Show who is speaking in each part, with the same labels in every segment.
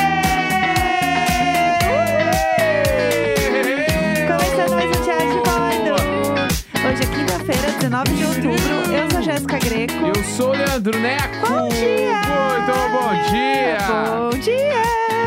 Speaker 1: um 19 é de outubro. Eu sou Jéssica Greco.
Speaker 2: Eu sou o Leandro Neco.
Speaker 1: Bom dia!
Speaker 2: Muito bom dia!
Speaker 1: Bom dia!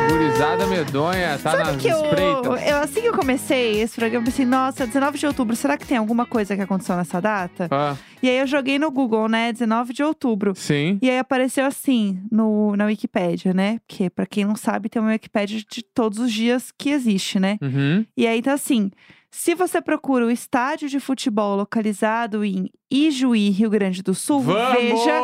Speaker 2: Gurizada medonha, tá
Speaker 1: Sabe
Speaker 2: nas
Speaker 1: que eu,
Speaker 2: espreitas.
Speaker 1: eu, assim que eu comecei esse programa, eu pensei, nossa, 19 de outubro, será que tem alguma coisa que aconteceu nessa data?
Speaker 2: Ah,
Speaker 1: E aí eu joguei no Google, né, 19 de outubro.
Speaker 2: sim.
Speaker 1: E aí apareceu assim, no, na Wikipédia, né? Porque, pra quem não sabe, tem uma Wikipédia de todos os dias que existe, né?
Speaker 2: Uhum.
Speaker 1: E aí tá assim: se você procura o estádio de futebol localizado em Ijuí, Rio Grande do Sul,
Speaker 2: Vamos!
Speaker 1: veja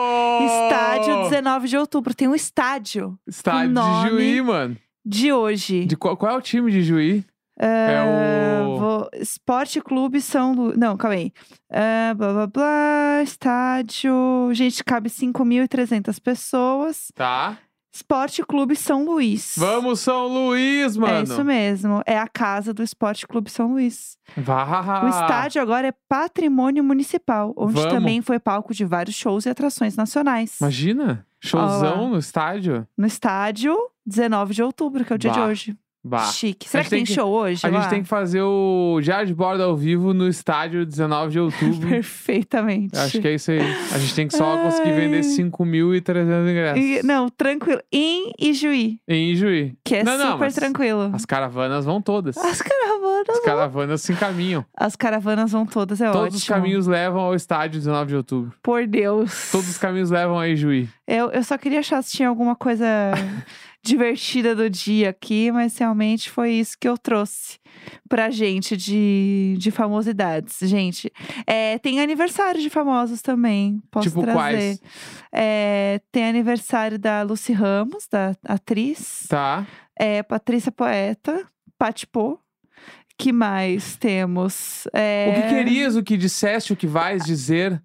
Speaker 1: estádio 19 de outubro. Tem um estádio
Speaker 2: Estádio
Speaker 1: nome.
Speaker 2: de Juí, mano.
Speaker 1: de hoje.
Speaker 2: De qual, qual é o time de Juí? É
Speaker 1: Ah,
Speaker 2: o-
Speaker 1: vou- Esporte Clube São Lu... Não, calma aí. Ah, blá, blá, blá, estádio... Gente, cabe 5.300 pessoas.
Speaker 2: Tá.
Speaker 1: Esporte Clube São Luís.
Speaker 2: Vamos, São Luís, mano.
Speaker 1: É isso mesmo. É a casa do Esporte Clube São Luís.
Speaker 2: Vá.
Speaker 1: O estádio agora é patrimônio municipal, onde
Speaker 2: Ah. Vamos.
Speaker 1: também foi palco de vários shows e atrações nacionais.
Speaker 2: Imagina,
Speaker 1: Ó lá.
Speaker 2: showzão no estádio.
Speaker 1: No estádio, 19 de outubro, que é o dia de
Speaker 2: Bah.
Speaker 1: hoje.
Speaker 2: Bah.
Speaker 1: Chique. Será
Speaker 2: gente
Speaker 1: que tem
Speaker 2: tem que-
Speaker 1: show hoje?
Speaker 2: A gente
Speaker 1: lá?
Speaker 2: tem que fazer o Diário de Bordo ao vivo no estádio 19 de outubro.
Speaker 1: Perfeitamente.
Speaker 2: Hum. Acho que é isso aí. A gente tem que só conseguir
Speaker 1: Ai.
Speaker 2: vender 5.300 ingressos.
Speaker 1: E- não, tranquilo. Em Ijuí,
Speaker 2: Em Juí.
Speaker 1: que é
Speaker 2: Não,
Speaker 1: super
Speaker 2: não, mas
Speaker 1: tranquilo.
Speaker 2: As caravanas vão todas.
Speaker 1: As caravanas.
Speaker 2: As caravanas se encaminham.
Speaker 1: As caravanas vão todas, é
Speaker 2: Todos
Speaker 1: ótimo.
Speaker 2: os caminhos levam ao estádio 19 de outubro.
Speaker 1: Por Deus.
Speaker 2: Todos os caminhos levam a Ijuí.
Speaker 1: Eu, eu só queria achar se tinha alguma coisa divertida do dia aqui, mas realmente foi isso que eu trouxe pra gente de, de famosidades. Gente, é, tem aniversário de famosos também. Posso
Speaker 2: tipo
Speaker 1: trazer.
Speaker 2: quais?
Speaker 1: É, tem aniversário da Lucy Ramos, da atriz.
Speaker 2: Tá.
Speaker 1: É, Patrícia Poeta, Patipô. Que mais temos? É,
Speaker 2: O que querias, o que disseste, o que vais dizer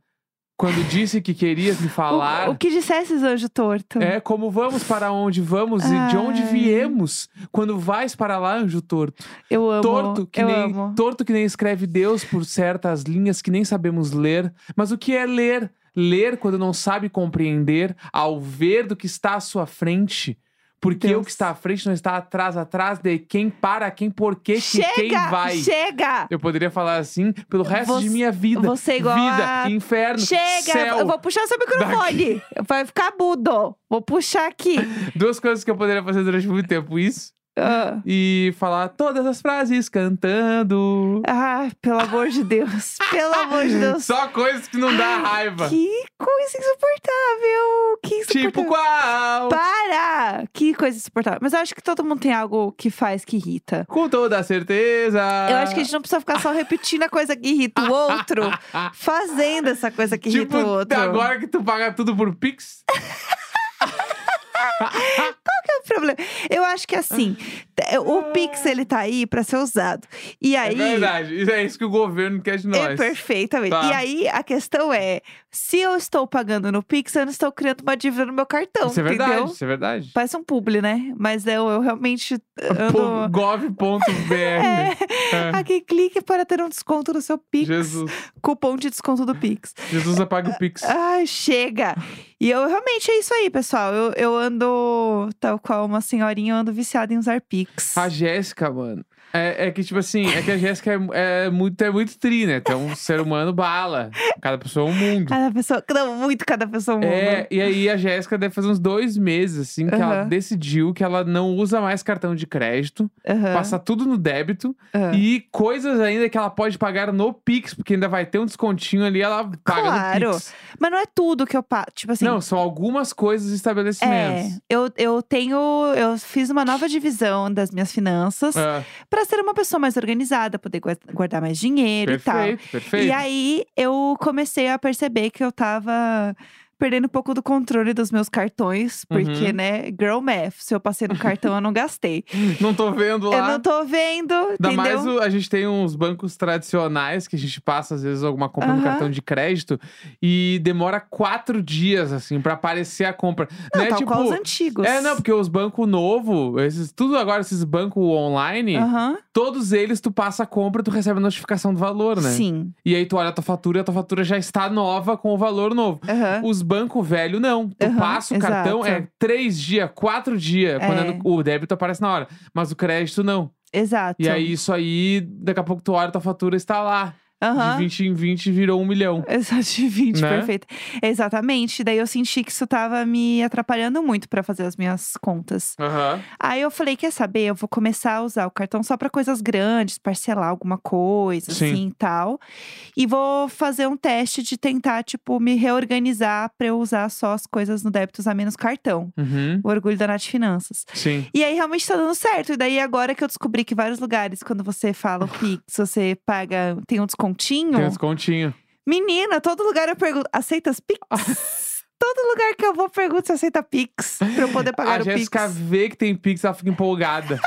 Speaker 2: quando disse que querias me falar?
Speaker 1: O, o que dissesse, Anjo Torto?
Speaker 2: É como vamos para onde vamos e de onde
Speaker 1: Ai.
Speaker 2: viemos quando vais para lá, anjo torto.
Speaker 1: eu amo.
Speaker 2: torto que
Speaker 1: eu
Speaker 2: nem
Speaker 1: amo.
Speaker 2: torto que nem escreve Deus por certas linhas que nem sabemos ler. Mas o que é ler? Ler quando não sabe compreender ao ver do que está à sua frente. Porque
Speaker 1: Deus.
Speaker 2: o que está à frente não está atrás, atrás de quem, para quem, por quê, que
Speaker 1: chega!
Speaker 2: quem vai.
Speaker 1: Chega!
Speaker 2: Eu poderia falar assim pelo resto
Speaker 1: Você-
Speaker 2: de minha vida.
Speaker 1: você é igual
Speaker 2: vida,
Speaker 1: a-
Speaker 2: inferno,
Speaker 1: Chega,
Speaker 2: céu.
Speaker 1: eu vou puxar seu microfone. Vai ficar mudo. Vou puxar aqui.
Speaker 2: Duas coisas que eu poderia fazer durante muito tempo, isso
Speaker 1: Ah,
Speaker 2: e falar todas as frases cantando.
Speaker 1: ah, pelo amor de Deus. Pelo amor de Deus.
Speaker 2: Só coisas que não dá raiva.
Speaker 1: Que coisa insuportável. Que insuportável.
Speaker 2: Tipo qual?
Speaker 1: Para! Que coisa insuportável. Mas eu acho que todo mundo tem algo que faz que irrita.
Speaker 2: Com toda certeza.
Speaker 1: Eu acho que a gente não precisa ficar só repetindo a coisa que irrita o outro, fazendo essa coisa que
Speaker 2: tipo,
Speaker 1: irrita o outro.
Speaker 2: agora que tu paga tudo por Pix.
Speaker 1: o problema. Eu acho que assim, t- o Pix ele tá aí pra ser usado. E
Speaker 2: É
Speaker 1: aí,
Speaker 2: verdade. Isso é isso que o governo quer de nós.
Speaker 1: É, perfeitamente.
Speaker 2: Tá.
Speaker 1: E aí, a questão é: se eu estou pagando no Pix, eu não estou criando uma dívida no meu cartão,
Speaker 2: Isso é
Speaker 1: entendeu?
Speaker 2: verdade, isso é verdade.
Speaker 1: Parece um publi, né? Mas eu, eu realmente ando.
Speaker 2: Gov.br. Um É.
Speaker 1: Aqui, clique para ter um desconto no seu Pix.
Speaker 2: Jesus,
Speaker 1: Cupom de desconto do Pix.
Speaker 2: Jesus apaga o Pix.
Speaker 1: Ai, chega! E eu realmente é isso aí, pessoal. Eu, eu ando, tal qual uma senhorinha, eu ando viciada em usar Pix.
Speaker 2: A Jéssica, mano. É, é que, tipo assim, é que a Jéssica é, é muito, é muito tri, né? Tu é um ser humano bala. Cada pessoa é um mundo.
Speaker 1: Cada pessoa. Não, muito cada pessoa muda.
Speaker 2: É, e aí a Jéssica deve fazer uns dois meses, assim, que ela
Speaker 1: Aham.
Speaker 2: decidiu que ela não usa mais cartão de crédito,
Speaker 1: Aham,
Speaker 2: passa tudo no débito
Speaker 1: aham.
Speaker 2: e coisas ainda que ela pode pagar no Pix, porque ainda vai ter um descontinho ali, ela paga
Speaker 1: Claro.
Speaker 2: no Pix.
Speaker 1: Mas não é tudo que eu pago. Tipo assim,
Speaker 2: Não, são algumas coisas e estabelecimentos.
Speaker 1: É, eu, eu tenho. Eu fiz uma nova divisão das minhas finanças pra
Speaker 2: Ah,
Speaker 1: ser uma pessoa mais organizada, poder guar- guardar mais dinheiro e
Speaker 2: perfeito,
Speaker 1: tal.
Speaker 2: perfeito.
Speaker 1: E aí eu comecei a perceber que eu tava perdendo um pouco do controle dos meus cartões, porque,
Speaker 2: Uhum.
Speaker 1: né, girl math, se eu passei no cartão, eu não gastei.
Speaker 2: Não tô vendo lá.
Speaker 1: Eu não tô vendo,
Speaker 2: Ainda
Speaker 1: entendeu?
Speaker 2: mais o- a gente tem uns bancos tradicionais que a gente passa, às vezes, alguma compra no
Speaker 1: Aham.
Speaker 2: cartão de crédito e demora quatro dias, assim, pra aparecer a compra.
Speaker 1: Não,
Speaker 2: é
Speaker 1: tal
Speaker 2: tipo.
Speaker 1: qual os antigos.
Speaker 2: É, não, porque os bancos novos, esses, tudo agora, esses bancos online,
Speaker 1: Aham,
Speaker 2: todos eles tu passa a compra e tu recebe a notificação do valor, né?
Speaker 1: sim.
Speaker 2: E aí tu olha a tua fatura e a tua fatura já está nova com o valor novo.
Speaker 1: Aham.
Speaker 2: Os bancos velhos, não. Tu
Speaker 1: Ah. Aham,
Speaker 2: passa o cartão,
Speaker 1: exato.
Speaker 2: é três dias, quatro dias. Quando
Speaker 1: É.
Speaker 2: é no- o débito aparece na hora. Mas o crédito, não.
Speaker 1: Exato.
Speaker 2: E aí, isso aí, daqui a pouco tu olha, tua fatura está lá.
Speaker 1: Aham.
Speaker 2: De 20 em 20 virou um milhão.
Speaker 1: Exato, de 20,
Speaker 2: Né?
Speaker 1: perfeito. Exatamente. Daí eu senti que isso tava me atrapalhando muito pra fazer as minhas contas.
Speaker 2: Aham.
Speaker 1: Aí eu falei, quer saber? Eu vou começar a usar o cartão só pra coisas grandes, parcelar alguma coisa,
Speaker 2: Sim.
Speaker 1: assim e tal. E vou fazer um teste de tentar, tipo, me reorganizar pra eu usar só as coisas no débitos a menos cartão.
Speaker 2: Uhum.
Speaker 1: O orgulho da Nath Finanças.
Speaker 2: Sim.
Speaker 1: E aí realmente tá dando certo. E daí agora que eu descobri que vários lugares, quando você fala o Pix, você paga, tem um descontinho.
Speaker 2: Tem um descontinho.
Speaker 1: Menina, todo lugar eu pergunto, aceitas
Speaker 2: Ah.
Speaker 1: Pix? todo lugar que eu vou pergunto se aceita Pix, pra eu poder pagar
Speaker 2: a
Speaker 1: o Pix.
Speaker 2: Jéssica vê que tem Pix, ela fica empolgada.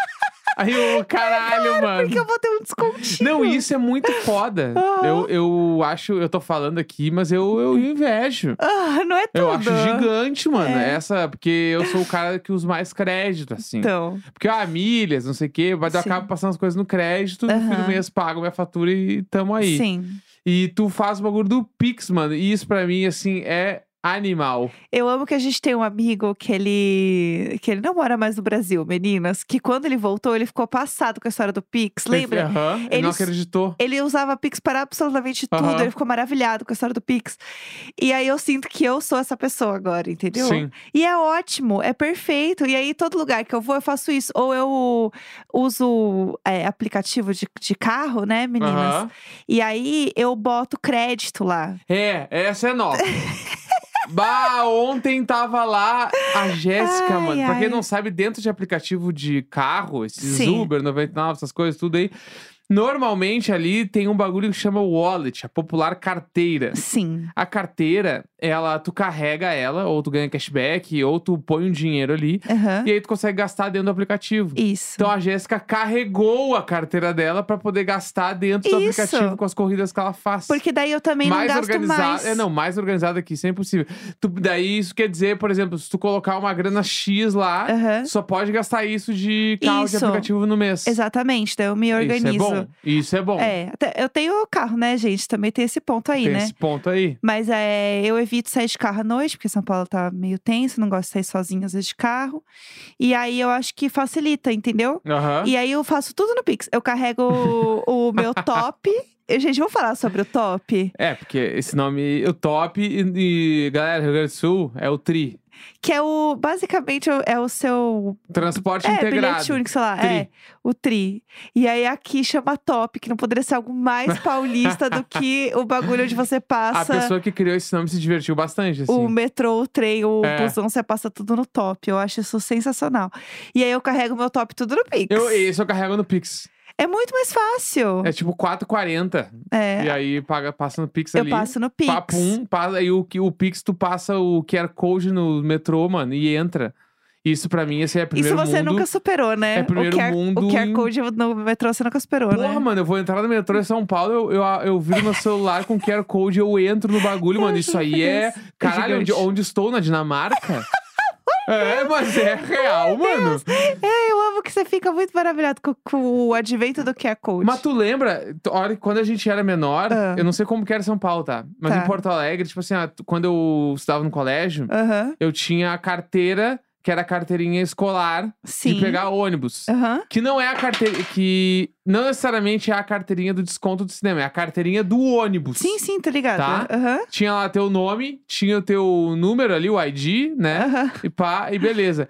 Speaker 2: Aí eu, caralho, mano.
Speaker 1: Porque eu vou ter um descontinho.
Speaker 2: Não, isso é muito foda.
Speaker 1: Aham.
Speaker 2: Eu, eu acho, eu tô falando aqui, mas eu, eu invejo.
Speaker 1: Ah, não é tudo.
Speaker 2: Eu acho gigante, mano.
Speaker 1: É.
Speaker 2: Essa, porque eu sou o cara que usa mais crédito, assim.
Speaker 1: Então,
Speaker 2: Porque, ah, milhas, não sei o quê, mas eu
Speaker 1: Sim.
Speaker 2: acabo passando as coisas no crédito, no fim do
Speaker 1: Aham.
Speaker 2: mês pago minha fatura e tamo aí.
Speaker 1: sim.
Speaker 2: E tu faz o bagulho do Pix, mano. E isso pra mim, assim, é animal.
Speaker 1: Eu amo que a gente tem um amigo que ele. que ele não mora mais no Brasil, meninas. Que quando ele voltou, ele ficou passado com a história do Pix, lembra?
Speaker 2: Aham, ele, não
Speaker 1: Eles-
Speaker 2: acreditou.
Speaker 1: Ele usava Pix para absolutamente tudo.
Speaker 2: Aham.
Speaker 1: Ele ficou maravilhado com a história do Pix. E aí eu sinto que eu sou essa pessoa agora, entendeu?
Speaker 2: Sim.
Speaker 1: E é ótimo, é perfeito. E aí, todo lugar que eu vou, eu faço isso. Ou eu uso é, aplicativo de, de carro, né, meninas?
Speaker 2: Aham.
Speaker 1: E aí eu boto crédito lá.
Speaker 2: É, essa é nova. bah, ontem tava lá a Jéssica,
Speaker 1: Ai,
Speaker 2: mano. Pra quem
Speaker 1: ai.
Speaker 2: não sabe, dentro de aplicativo de carro, esses
Speaker 1: Sim.
Speaker 2: Uber 99, essas coisas, tudo aí. Normalmente ali tem um bagulho que chama wallet, a popular carteira.
Speaker 1: Sim.
Speaker 2: A carteira, ela, tu carrega ela, ou tu ganha cashback, ou tu põe um dinheiro ali,
Speaker 1: Aham.
Speaker 2: e aí tu consegue gastar dentro do aplicativo.
Speaker 1: Isso.
Speaker 2: Então a Jéssica carregou a carteira dela pra poder gastar dentro do
Speaker 1: Isso.
Speaker 2: aplicativo com as corridas que ela faz
Speaker 1: Porque daí eu também
Speaker 2: mais
Speaker 1: não gasto
Speaker 2: organizada.
Speaker 1: mais.
Speaker 2: É, não, mais organizada que isso é impossível. Tu- daí isso quer dizer, por exemplo, se tu colocar uma grana X lá,
Speaker 1: Aham.
Speaker 2: só pode gastar isso de carro de
Speaker 1: Isso.
Speaker 2: aplicativo no mês.
Speaker 1: Exatamente, daí eu me organizo.
Speaker 2: Isso é bom. Isso é bom.
Speaker 1: É, até- eu tenho carro, né, gente? Também tem esse ponto aí,
Speaker 2: Tem
Speaker 1: né?
Speaker 2: esse ponto aí.
Speaker 1: Mas é, eu evito sair de carro à noite, porque São Paulo tá meio tenso, não gosto de sair sozinha às vezes de carro. E aí eu acho que facilita, entendeu?
Speaker 2: Aham.
Speaker 1: E aí eu faço tudo no Pix. Eu carrego o, o meu top. Eu, Gente, vamos falar sobre o top?
Speaker 2: É, porque esse nome, o top, e, e, galera, Rio Grande do Sul é o TRI.
Speaker 1: Que é o. Basicamente é o seu.
Speaker 2: Transporte
Speaker 1: é,
Speaker 2: integrado.
Speaker 1: bilhete único, sei lá.
Speaker 2: Tri.
Speaker 1: É, o tri. E aí aqui chama top, que não poderia ser algo mais paulista do que o bagulho onde você
Speaker 2: A
Speaker 1: passa.
Speaker 2: pessoa que criou esse nome se divertiu bastante, assim.
Speaker 1: O metrô, o trem, o
Speaker 2: É.
Speaker 1: busão, você passa tudo no top. Eu acho isso sensacional. E aí eu carrego meu top tudo no Pix.
Speaker 2: Eu, esse eu carrego no Pix.
Speaker 1: É muito mais fácil.
Speaker 2: É tipo 4,40.
Speaker 1: É,
Speaker 2: E aí paga, passa no Pix
Speaker 1: eu
Speaker 2: ali.
Speaker 1: passo no Pix.
Speaker 2: Papum, passa, um, aí o, que- o Pix, tu passa o QR Code no metrô, mano, e entra. Isso pra mim, esse é
Speaker 1: Isso
Speaker 2: primeiro
Speaker 1: você
Speaker 2: mundo.
Speaker 1: nunca superou, né?
Speaker 2: É primeiro
Speaker 1: o QR,
Speaker 2: mundo
Speaker 1: O QR
Speaker 2: em-
Speaker 1: Code no metrô você nunca superou,
Speaker 2: Porra,
Speaker 1: né?
Speaker 2: mano, eu vou entrar no metrô em São Paulo, eu, eu, eu viro meu celular com QR Code, eu entro no bagulho,
Speaker 1: Eu
Speaker 2: mano. Isso
Speaker 1: juro
Speaker 2: aí
Speaker 1: por
Speaker 2: é.
Speaker 1: Deus. É
Speaker 2: Caralho, onde,
Speaker 1: gigante.
Speaker 2: onde estou? Na Dinamarca? é, mas é real, mano.
Speaker 1: É, eu amo que você fica muito maravilhado com, com o advento do QR Code.
Speaker 2: Mas tu lembra, tu- olha, quando a gente era menor,
Speaker 1: Ah.
Speaker 2: eu não sei como que era São Paulo, tá? Mas
Speaker 1: Tá. Ah.
Speaker 2: em Porto Alegre, tipo assim, ah, tu- quando eu estudava no colégio,
Speaker 1: Aham,
Speaker 2: eu tinha a carteira, que era a carteirinha escolar,
Speaker 1: sim.
Speaker 2: de pegar ônibus.
Speaker 1: Aham.
Speaker 2: Que não é a carteirinha. Que não necessariamente é a carteirinha do desconto do cinema, é a carteirinha do ônibus.
Speaker 1: Sim, sim, tô ligada.
Speaker 2: Tá?
Speaker 1: Aham.
Speaker 2: Tinha lá teu nome, tinha o teu número ali, o ID, né?
Speaker 1: Aham.
Speaker 2: E pá, e beleza.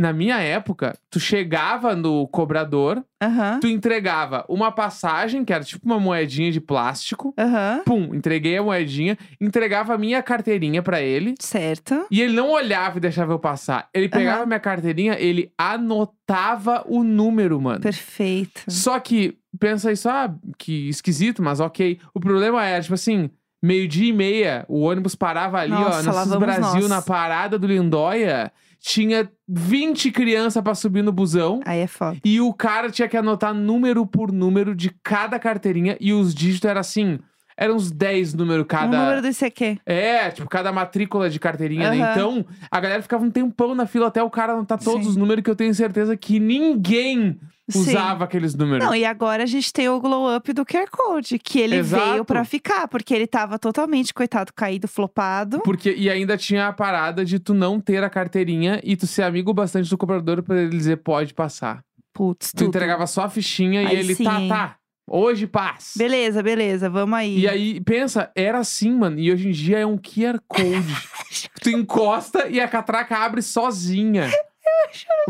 Speaker 2: Na minha época, tu chegava no cobrador,
Speaker 1: Aham.
Speaker 2: tu entregava uma passagem, que era tipo uma moedinha de plástico.
Speaker 1: Aham.
Speaker 2: Pum, entreguei a moedinha, entregava a minha carteirinha pra ele.
Speaker 1: Certo.
Speaker 2: E ele não olhava e deixava eu passar. Ele pegava
Speaker 1: Aham.
Speaker 2: minha carteirinha, ele anotava o número, mano.
Speaker 1: Perfeito.
Speaker 2: Só que, pensa isso, ah, que esquisito, mas ok. O problema é, tipo assim, meio-dia e meia, o ônibus parava ali,
Speaker 1: Nossa,
Speaker 2: ó,
Speaker 1: lá
Speaker 2: no
Speaker 1: vamos
Speaker 2: Brasil,
Speaker 1: nós.
Speaker 2: na parada do Lindóia, tinha 20 crianças pra subir no busão.
Speaker 1: Aí é foda.
Speaker 2: E o cara tinha que anotar número por número de cada carteirinha, e os dígitos eram assim. Eram uns 10 números cada.
Speaker 1: O Um número do ICQ.
Speaker 2: É, tipo, cada matrícula de carteirinha, né?
Speaker 1: Aham.
Speaker 2: Então, a galera ficava um tempão na fila até o cara anotar todos
Speaker 1: Sim.
Speaker 2: os números que eu tenho certeza que ninguém
Speaker 1: Sim.
Speaker 2: usava aqueles números.
Speaker 1: Não, e agora a gente tem o glow up do QR Code, que ele
Speaker 2: Exato.
Speaker 1: veio pra ficar, porque ele tava totalmente, coitado, caído, flopado.
Speaker 2: Porque, e ainda tinha a parada de tu não ter a carteirinha e tu ser amigo bastante do cobrador pra ele dizer pode passar.
Speaker 1: Putz,
Speaker 2: Tu
Speaker 1: tudo.
Speaker 2: entregava só a fichinha e
Speaker 1: Aí
Speaker 2: ele,
Speaker 1: sim,
Speaker 2: tá,
Speaker 1: hein?
Speaker 2: tá. Hoje paz.
Speaker 1: Beleza, beleza, vamos aí.
Speaker 2: E aí, pensa, era assim, mano. E hoje em dia é um QR Code. tu encosta e a catraca abre sozinha.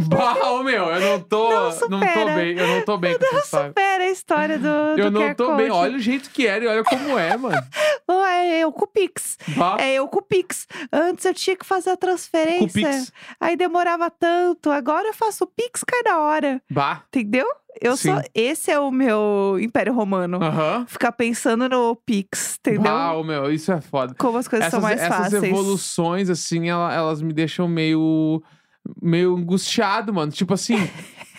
Speaker 2: Bah, ô, meu, eu não tô.
Speaker 1: Não
Speaker 2: tô
Speaker 1: supera.
Speaker 2: bem, eu não tô bem com essa
Speaker 1: não
Speaker 2: história.
Speaker 1: supera a história do, do
Speaker 2: Eu não
Speaker 1: QR
Speaker 2: tô bem.
Speaker 1: Code.
Speaker 2: Olha o jeito que era e olha como é, mano.
Speaker 1: Não, é eu com o Pix.
Speaker 2: Bah,
Speaker 1: É eu com o Pix. Antes eu tinha que fazer a
Speaker 2: Ah. com o
Speaker 1: transferência.
Speaker 2: Pix.
Speaker 1: Aí demorava tanto. Agora eu faço o Pix, cai na hora.
Speaker 2: Bah.
Speaker 1: Entendeu? Eu
Speaker 2: Sim. Ah.
Speaker 1: só. Esse é o meu Império Romano.
Speaker 2: Aham.
Speaker 1: Ficar pensando no Pix, entendeu?
Speaker 2: Bah, ô, meu, isso é foda.
Speaker 1: Como as coisas
Speaker 2: Essas,
Speaker 1: são mais
Speaker 2: essas
Speaker 1: fáceis.
Speaker 2: evoluções, assim, ela- elas me deixam meio. meio angustiado, mano. Tipo assim,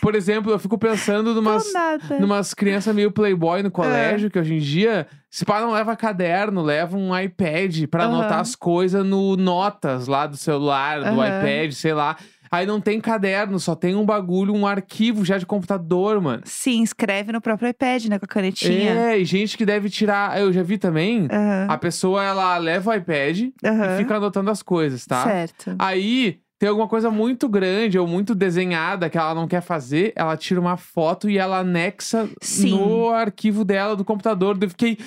Speaker 2: por exemplo, eu fico pensando
Speaker 1: Do
Speaker 2: numas.
Speaker 1: nada. É.
Speaker 2: Numas crianças meio playboy no colégio, que hoje em dia, se pá, não leva caderno, leva um iPad pra
Speaker 1: Aham.
Speaker 2: anotar as coisas no Notas lá do celular, do
Speaker 1: Aham.
Speaker 2: iPad, sei lá. Aí não tem caderno, só tem um bagulho, um arquivo já de computador, mano.
Speaker 1: Sim, escreve no próprio iPad, né? Com a canetinha.
Speaker 2: É, e gente que deve tirar. Eu já vi também.
Speaker 1: Aham,
Speaker 2: A pessoa, ela leva o iPad
Speaker 1: aham.
Speaker 2: É. e fica anotando as coisas, tá?
Speaker 1: Certo.
Speaker 2: Aí tem alguma coisa muito grande ou muito desenhada que ela não quer fazer, ela tira uma foto e ela anexa
Speaker 1: Sim.
Speaker 2: no arquivo dela do computador. Daí Eu fiquei,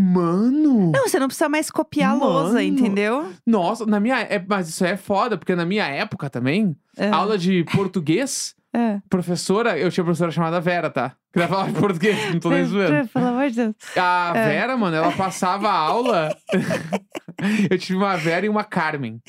Speaker 2: mano,
Speaker 1: Não, você não precisa mais copiar a lousa,
Speaker 2: Mano.
Speaker 1: entendeu?
Speaker 2: nossa, na minha, é, mas isso é foda porque na minha época também,
Speaker 1: É.
Speaker 2: aula de português,
Speaker 1: É.
Speaker 2: professora, eu tinha professora chamada Vera, tá? Que ela falava de português, não tô nem zoando.
Speaker 1: Pelo amor de Deus.
Speaker 2: A Vera, mano, ela passava a aula. eu tive uma Vera e uma Carmen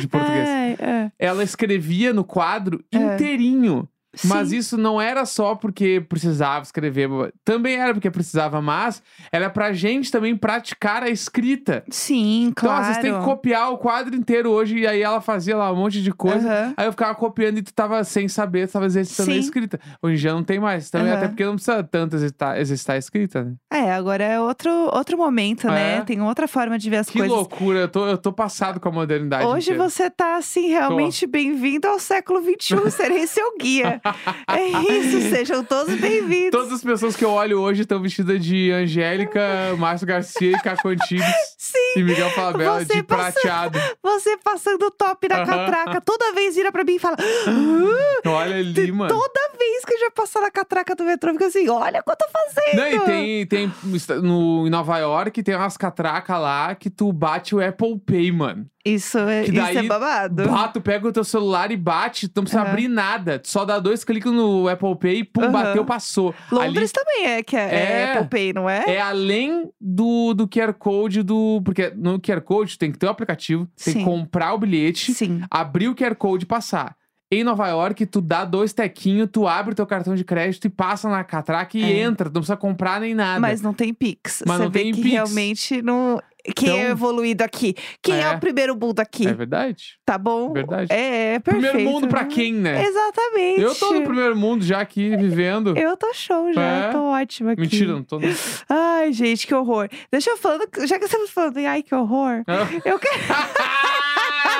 Speaker 2: de português.
Speaker 1: Ai, é.
Speaker 2: Ela escrevia no quadro
Speaker 1: É.
Speaker 2: inteirinho. Mas
Speaker 1: Sim.
Speaker 2: isso não era só porque precisava escrever, também era porque precisava, mas era pra gente também praticar a escrita.
Speaker 1: Sim,
Speaker 2: Então,
Speaker 1: claro.
Speaker 2: ó, vocês têm que copiar o quadro inteiro hoje, e aí ela fazia lá um monte de coisa.
Speaker 1: Aham.
Speaker 2: Aí eu ficava copiando e tu tava sem saber, tu tava exercitando a
Speaker 1: Sim.
Speaker 2: escrita. Hoje em dia não tem mais. Também
Speaker 1: Aham.
Speaker 2: até porque não precisa tanto exercitar, exercitar a escrita, né?
Speaker 1: É, agora é outro, outro momento,
Speaker 2: É.
Speaker 1: né? Tem outra forma de ver as
Speaker 2: que
Speaker 1: coisas.
Speaker 2: loucura, eu tô, eu tô passado com a modernidade.
Speaker 1: Hoje
Speaker 2: inteira.
Speaker 1: você tá, assim, realmente bem-vindo ao século XXI. Serei seu guia. é isso, sejam todos bem-vindos.
Speaker 2: Todas as pessoas que eu olho hoje estão vestidas de Angélica, Márcio Garcia e Caco Antibes
Speaker 1: Sim,
Speaker 2: e Miguel Falabella
Speaker 1: Você
Speaker 2: de
Speaker 1: passa-
Speaker 2: prateado.
Speaker 1: você passando top na
Speaker 2: Aham.
Speaker 1: catraca. Toda vez vira pra mim e fala... "Ah,
Speaker 2: Olha ali, mano.
Speaker 1: Toda vez que já passar na catraca do metrô, fica assim, olha o que eu tô fazendo.
Speaker 2: Não, e tem, tem no, em Nova York tem umas catracas lá que tu bate o Apple Pay, mano.
Speaker 1: Isso, é-
Speaker 2: Que
Speaker 1: isso
Speaker 2: daí-
Speaker 1: é babado.
Speaker 2: Bah, tu pega o teu celular e bate, tu não precisa
Speaker 1: Aham.
Speaker 2: abrir nada. Tu só dá dois cliques no Apple Pay, pum,
Speaker 1: Aham.
Speaker 2: bateu, passou.
Speaker 1: Londres também é, que é, é
Speaker 2: É.
Speaker 1: Apple Pay, não
Speaker 2: Ali é além do, do QR Code do. Porque no QR Code tem que ter o aplicativo, tem
Speaker 1: Sim.
Speaker 2: que comprar o bilhete,
Speaker 1: Sim.
Speaker 2: abrir o QR Code e passar. Em Nova York, tu dá dois tequinhos, tu abre o teu cartão de crédito e passa na catraca e
Speaker 1: É.
Speaker 2: entra. Tu não precisa comprar nem nada.
Speaker 1: Mas não tem Pix.
Speaker 2: Mas
Speaker 1: Você
Speaker 2: não
Speaker 1: vê
Speaker 2: tem
Speaker 1: que
Speaker 2: Pix.
Speaker 1: realmente não. Quem é
Speaker 2: Então-
Speaker 1: evoluído aqui? Quem é,
Speaker 2: É.
Speaker 1: o primeiro mundo aqui?
Speaker 2: É verdade?
Speaker 1: tá bom?
Speaker 2: verdade.
Speaker 1: É, é perfeito.
Speaker 2: Primeiro mundo pra quem, né?
Speaker 1: Exatamente.
Speaker 2: Eu tô no primeiro mundo já aqui vivendo.
Speaker 1: Eu tô show já,
Speaker 2: É.
Speaker 1: eu tô ótima aqui.
Speaker 2: Mentira, não tô. não.
Speaker 1: Ai, gente, que horror. Deixa eu falando, já que estamos falando em ai, que horror. Eu quero.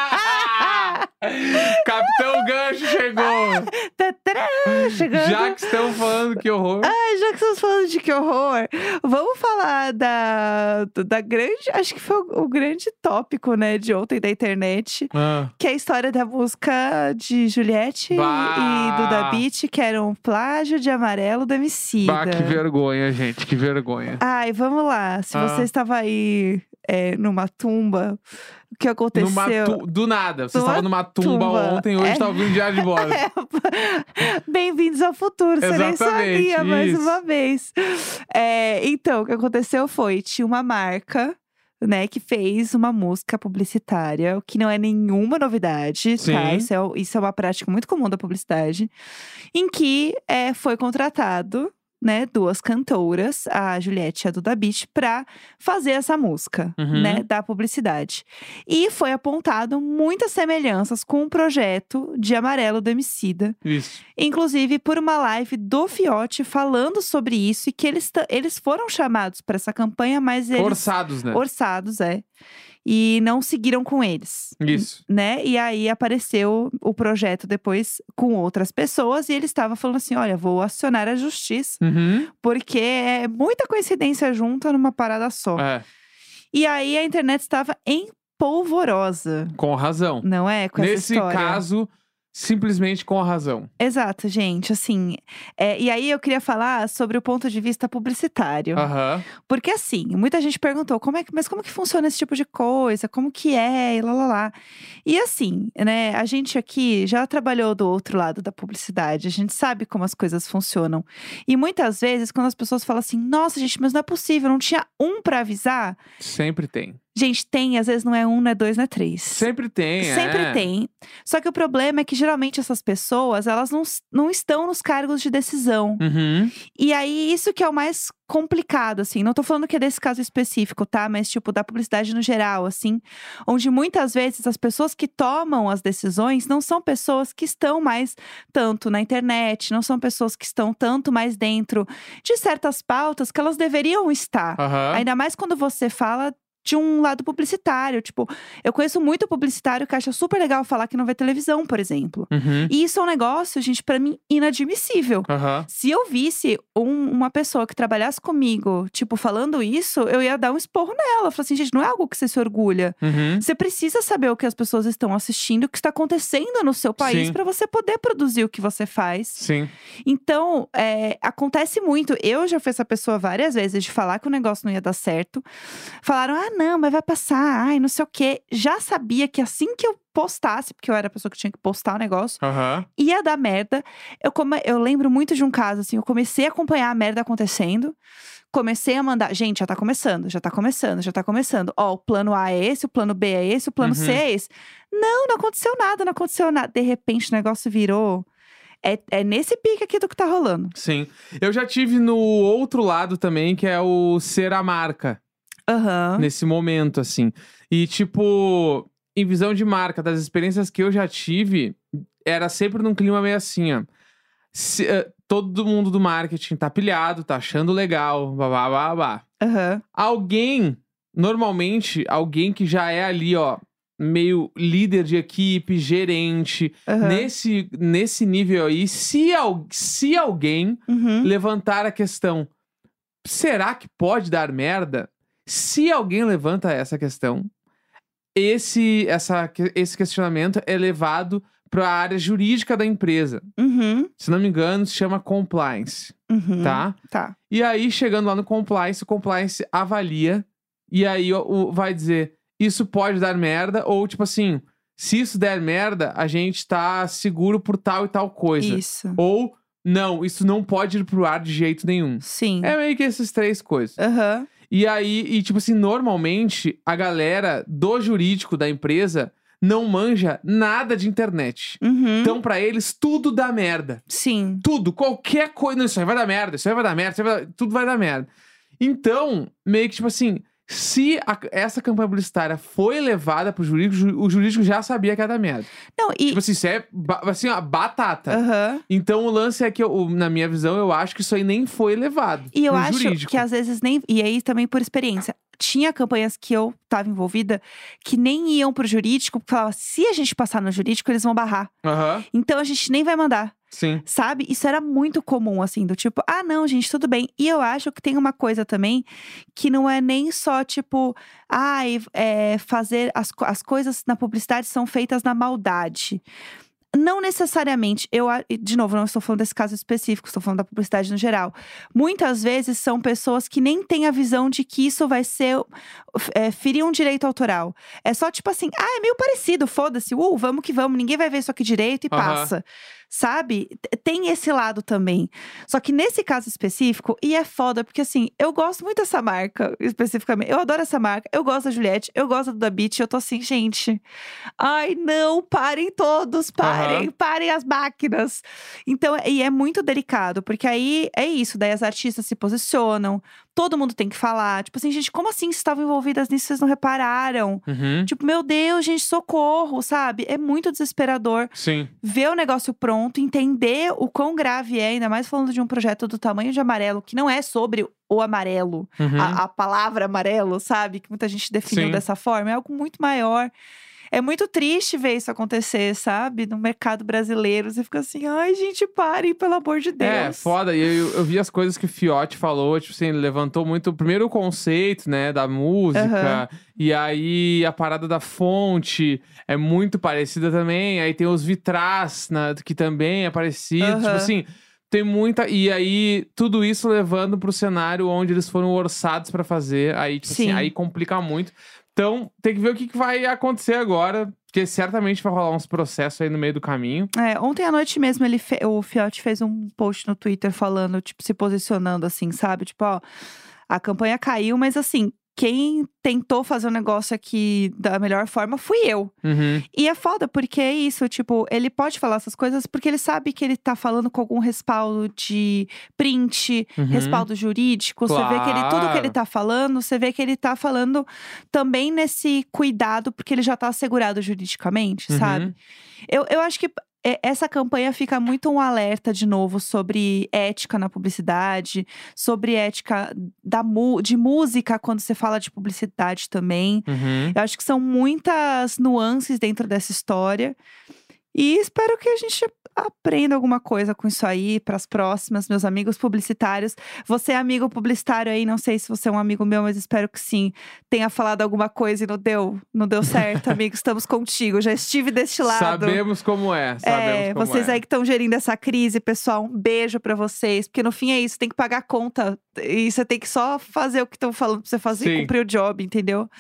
Speaker 2: Ah!
Speaker 1: Ah!
Speaker 2: Capitão Gancho chegou!
Speaker 1: Tatará, Tá, Chegando.
Speaker 2: Já que estão falando que horror.
Speaker 1: Ai, já que estamos falando de que horror, vamos falar da, da grande. Acho que foi o, o grande tópico, né, de ontem da internet.
Speaker 2: Ah,
Speaker 1: Que é a história da música de Juliette e-
Speaker 2: Bah!
Speaker 1: e Duda Beat, que era um plágio de amarelo da Emicida.
Speaker 2: bah, que vergonha, gente, que vergonha.
Speaker 1: Ai, vamos lá. Se
Speaker 2: Ah.
Speaker 1: você estava aí é, numa tumba, o que aconteceu?
Speaker 2: Numa tu- Do nada, você
Speaker 1: Numa
Speaker 2: estava numa tumba
Speaker 1: tumba.
Speaker 2: ontem, hoje
Speaker 1: É.
Speaker 2: tá ouvindo diário de bordo.
Speaker 1: Bem-vindos ao futuro, serei sua
Speaker 2: Exatamente,
Speaker 1: guia mais
Speaker 2: isso.
Speaker 1: uma vez. É, então, o que aconteceu foi: tinha uma marca. Né, que fez uma música publicitária, o que não é nenhuma novidade, tá?
Speaker 2: Sim.
Speaker 1: Isso é, o- isso é uma prática muito comum da publicidade, em que é, foi contratado, né, duas cantoras, a Juliette e a Duda Beach, pra fazer essa música,
Speaker 2: Uhum.
Speaker 1: né, da publicidade. E foi apontado muitas semelhanças com o projeto de Amarelo do Emicida,
Speaker 2: Isso.
Speaker 1: Inclusive, por uma live do Fiote falando sobre isso e que eles, ta- eles foram chamados para essa campanha, mas eles.
Speaker 2: Forçados, né?
Speaker 1: Orçados, é. E não seguiram com eles.
Speaker 2: Isso.
Speaker 1: Né? E aí apareceu o projeto depois com outras pessoas e ele estava falando assim: olha, vou acionar a justiça,
Speaker 2: Uhum.
Speaker 1: porque é muita coincidência junta numa parada só.
Speaker 2: É,
Speaker 1: E aí a internet estava em polvorosa,
Speaker 2: com razão.
Speaker 1: não é? Com
Speaker 2: Nesse
Speaker 1: essa história.
Speaker 2: caso, simplesmente com a razão.
Speaker 1: Exato, gente. Assim, é, e aí eu queria falar sobre o ponto de vista publicitário.
Speaker 2: Aham.
Speaker 1: Porque assim, muita gente perguntou, como é que, mas como que funciona esse tipo de coisa? Como que é? E lá, lá, lá. E assim, né, a gente aqui já trabalhou do outro lado da publicidade. A gente sabe como as coisas funcionam. E muitas vezes, quando as pessoas falam assim, nossa, gente, mas não é possível, não tinha um pra avisar.
Speaker 2: Sempre tem.
Speaker 1: Gente, tem, às vezes não é um, não é dois, não é três.
Speaker 2: Sempre tem,
Speaker 1: Sempre
Speaker 2: é.
Speaker 1: tem. Só que o problema é que geralmente essas pessoas, elas não, s- não estão nos cargos de decisão.
Speaker 2: Uhum.
Speaker 1: E aí, isso que é o mais complicado, assim. Não tô falando que é desse caso específico, tá? Mas, tipo, da publicidade no geral, assim. Onde muitas vezes as pessoas que tomam as decisões não são pessoas que estão mais tanto na internet, não são pessoas que estão tanto mais dentro de certas pautas que elas deveriam estar.
Speaker 2: Aham.
Speaker 1: Ainda mais quando você fala de um lado publicitário. Tipo, eu conheço muito publicitário que acha super legal falar que não vê televisão, por exemplo.
Speaker 2: Uhum.
Speaker 1: E isso é um negócio, gente, pra mim, inadmissível.
Speaker 2: Aham.
Speaker 1: Se eu visse um- uma pessoa que trabalhasse comigo, tipo, falando isso, eu ia dar um esporro nela. Falar assim, gente, não é algo que você se orgulha.
Speaker 2: Uhum.
Speaker 1: Você precisa saber o que as pessoas estão assistindo, o que está acontecendo no seu país,
Speaker 2: Sim.
Speaker 1: pra você poder produzir o que você faz.
Speaker 2: Sim.
Speaker 1: Então, é, acontece muito. Eu já fui essa pessoa várias vezes de falar que o negócio não ia dar certo. Falaram, ah, não, mas vai passar, ai, não sei o quê. Já sabia que assim que eu postasse, porque eu era a pessoa que tinha que postar o negócio,
Speaker 2: Aham.
Speaker 1: ia dar merda. Eu, come- eu lembro muito de um caso, assim, eu comecei a acompanhar a merda acontecendo. Comecei a mandar, gente, já tá começando, já tá começando, já tá começando. Ó, o plano A é esse, o plano B é esse, o plano C
Speaker 2: Uhum.
Speaker 1: é esse. Não, não aconteceu nada, não aconteceu nada. De repente o negócio virou. É, é nesse pique aqui do que tá rolando.
Speaker 2: Sim. Eu já tive no outro lado também, que é o ser a marca.
Speaker 1: Aham.
Speaker 2: nesse momento, assim. E, tipo, em visão de marca, das experiências que eu já tive, era sempre num clima meio assim, ó. Se, eh, todo mundo do marketing tá pilhado, tá achando legal, babá, babá.
Speaker 1: Aham.
Speaker 2: Alguém, normalmente, alguém que já é ali, ó, meio líder de equipe, gerente,
Speaker 1: Aham.
Speaker 2: nesse, nesse nível aí, se, al se alguém
Speaker 1: Uhum.
Speaker 2: levantar a questão: será que pode dar merda? Se alguém levanta essa questão, esse, essa, que- esse questionamento é levado para a área jurídica da empresa.
Speaker 1: Uhum.
Speaker 2: Se não me engano, se chama compliance,
Speaker 1: Uhum.
Speaker 2: tá?
Speaker 1: Tá.
Speaker 2: E aí, chegando lá no compliance, o compliance avalia e aí o- o- vai dizer: isso pode dar merda, ou tipo assim, se isso der merda, a gente tá seguro por tal e tal coisa.
Speaker 1: Isso.
Speaker 2: Ou, não, isso não pode ir pro ar de jeito nenhum.
Speaker 1: Sim.
Speaker 2: É meio que essas três coisas.
Speaker 1: Aham.
Speaker 2: E aí, e tipo assim, normalmente a galera do jurídico da empresa não manja nada de internet.
Speaker 1: Uhum.
Speaker 2: Então, pra eles, tudo dá merda.
Speaker 1: Sim.
Speaker 2: Tudo, qualquer coisa. Não, isso aí vai dar merda, isso aí vai dar merda, isso aí vai dar- tudo vai dar merda. Então, meio que tipo assim, se a- essa campanha publicitária foi levada pro jurídico, ju- o jurídico já sabia que ia dar merda.
Speaker 1: Não, e.
Speaker 2: Tipo assim, isso é ba- assim, ó, batata.
Speaker 1: Aham.
Speaker 2: Então, o lance é que, eu- na minha visão, eu acho que isso aí nem foi levado.
Speaker 1: E eu
Speaker 2: pro
Speaker 1: acho
Speaker 2: jurídico.
Speaker 1: que às vezes nem. E aí também por experiência. Tinha campanhas que eu tava envolvida que nem iam pro jurídico, porque falava: se a gente passar no jurídico, eles vão barrar.
Speaker 2: Aham,
Speaker 1: Então a gente nem vai mandar.
Speaker 2: sim.
Speaker 1: Sabe? Isso era muito comum, assim, do tipo, ah, não, gente, tudo bem. E eu acho que tem uma coisa também que não é nem só, tipo, ai, é, fazer as, co- as coisas na publicidade são feitas na maldade. Não necessariamente. Eu, a- e, de novo, não estou falando desse caso específico, estou falando da publicidade no geral. Muitas vezes são pessoas que nem têm a visão de que isso vai ser. f- É, ferir um direito autoral. É só tipo assim, ah, é meio parecido, foda-se, uh, vamos que vamos, ninguém vai ver isso aqui direito e
Speaker 2: Aham.
Speaker 1: passa. Sabe? T- Tem esse lado também. Só que nesse caso específico, e é foda, porque assim, eu gosto muito dessa marca, especificamente. Eu adoro essa marca, eu gosto da Juliette, eu gosto da Beach, eu tô assim, gente. Ai, não, parem todos, parem,
Speaker 2: Aham.
Speaker 1: parem as máquinas. Então, e é muito delicado, porque aí é isso, daí as artistas se posicionam, todo mundo tem que falar. Tipo assim, gente, como assim vocês estavam envolvidas nisso, vocês não repararam?
Speaker 2: Uhum.
Speaker 1: Tipo, meu Deus, gente, socorro, sabe? É muito desesperador
Speaker 2: Sim.
Speaker 1: ver o negócio pronto, entender o quão grave é, ainda mais falando de um projeto do tamanho de amarelo, que não é sobre o amarelo,
Speaker 2: Uhum.
Speaker 1: a, a palavra amarelo, sabe? Que muita gente definiu
Speaker 2: Sim.
Speaker 1: dessa forma, é algo muito maior. É muito triste ver isso acontecer, sabe? No mercado brasileiro. Você fica assim, ai, gente, parem, pelo amor de Deus.
Speaker 2: É, foda. E eu, eu vi as coisas que o Fiote falou, tipo assim, ele levantou muito primeiro o conceito, né, da música. E aí a parada da fonte é muito parecida também. Aí tem os vitrais, né, que também é parecido.
Speaker 1: Aham.
Speaker 2: Tipo assim, tem muita. E aí tudo isso levando pro cenário onde eles foram orçados pra fazer. Aí, tipo assim,
Speaker 1: Sim.
Speaker 2: aí complica muito. Então, tem que ver o que que vai acontecer agora. Porque certamente vai rolar uns processos aí no meio do caminho.
Speaker 1: É, ontem à noite mesmo ele fe- o Fiote fez um post no Twitter falando, tipo, se posicionando assim, sabe? Tipo, ó, a campanha caiu, mas assim, quem tentou fazer o negócio aqui da melhor forma fui eu.
Speaker 2: Uhum.
Speaker 1: E é foda, porque é isso, tipo, ele pode falar essas coisas porque ele sabe que ele tá falando com algum respaldo de print,
Speaker 2: uhum.
Speaker 1: respaldo jurídico. Você vê que ele, tudo que ele
Speaker 2: Claro.
Speaker 1: tá falando, você vê que ele tá falando também nesse cuidado, porque ele já tá assegurado juridicamente,
Speaker 2: Uhum.
Speaker 1: sabe? Eu, eu acho que é, essa campanha fica muito um alerta de novo sobre ética na publicidade, sobre ética da, mu- de música quando você fala de publicidade também.
Speaker 2: Uhum.
Speaker 1: Eu acho que são muitas nuances dentro dessa história. E espero que a gente aprenda alguma coisa com isso aí para as próximas, meus amigos publicitários. Você, é amigo publicitário aí, não sei se você é um amigo meu, mas espero que sim, tenha falado alguma coisa e não deu, não deu certo, amigo. Estamos contigo, já estive deste lado.
Speaker 2: Sabemos como é. Sabemos
Speaker 1: É,
Speaker 2: como
Speaker 1: vocês
Speaker 2: é.
Speaker 1: aí que estão gerindo essa crise, pessoal, um beijo pra vocês. Porque no fim é isso, tem que pagar a conta. E você tem que só fazer o que estão falando pra você fazer e
Speaker 2: Sim.
Speaker 1: cumprir o job, entendeu?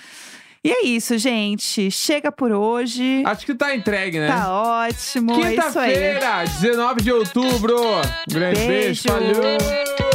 Speaker 1: E é isso, gente. Chega por hoje.
Speaker 2: Acho que tá entregue, né?
Speaker 1: Tá ótimo. É isso aí.
Speaker 2: Quinta-feira, 19 de outubro. Um grande beijo.
Speaker 1: Beijo.
Speaker 2: Valeu.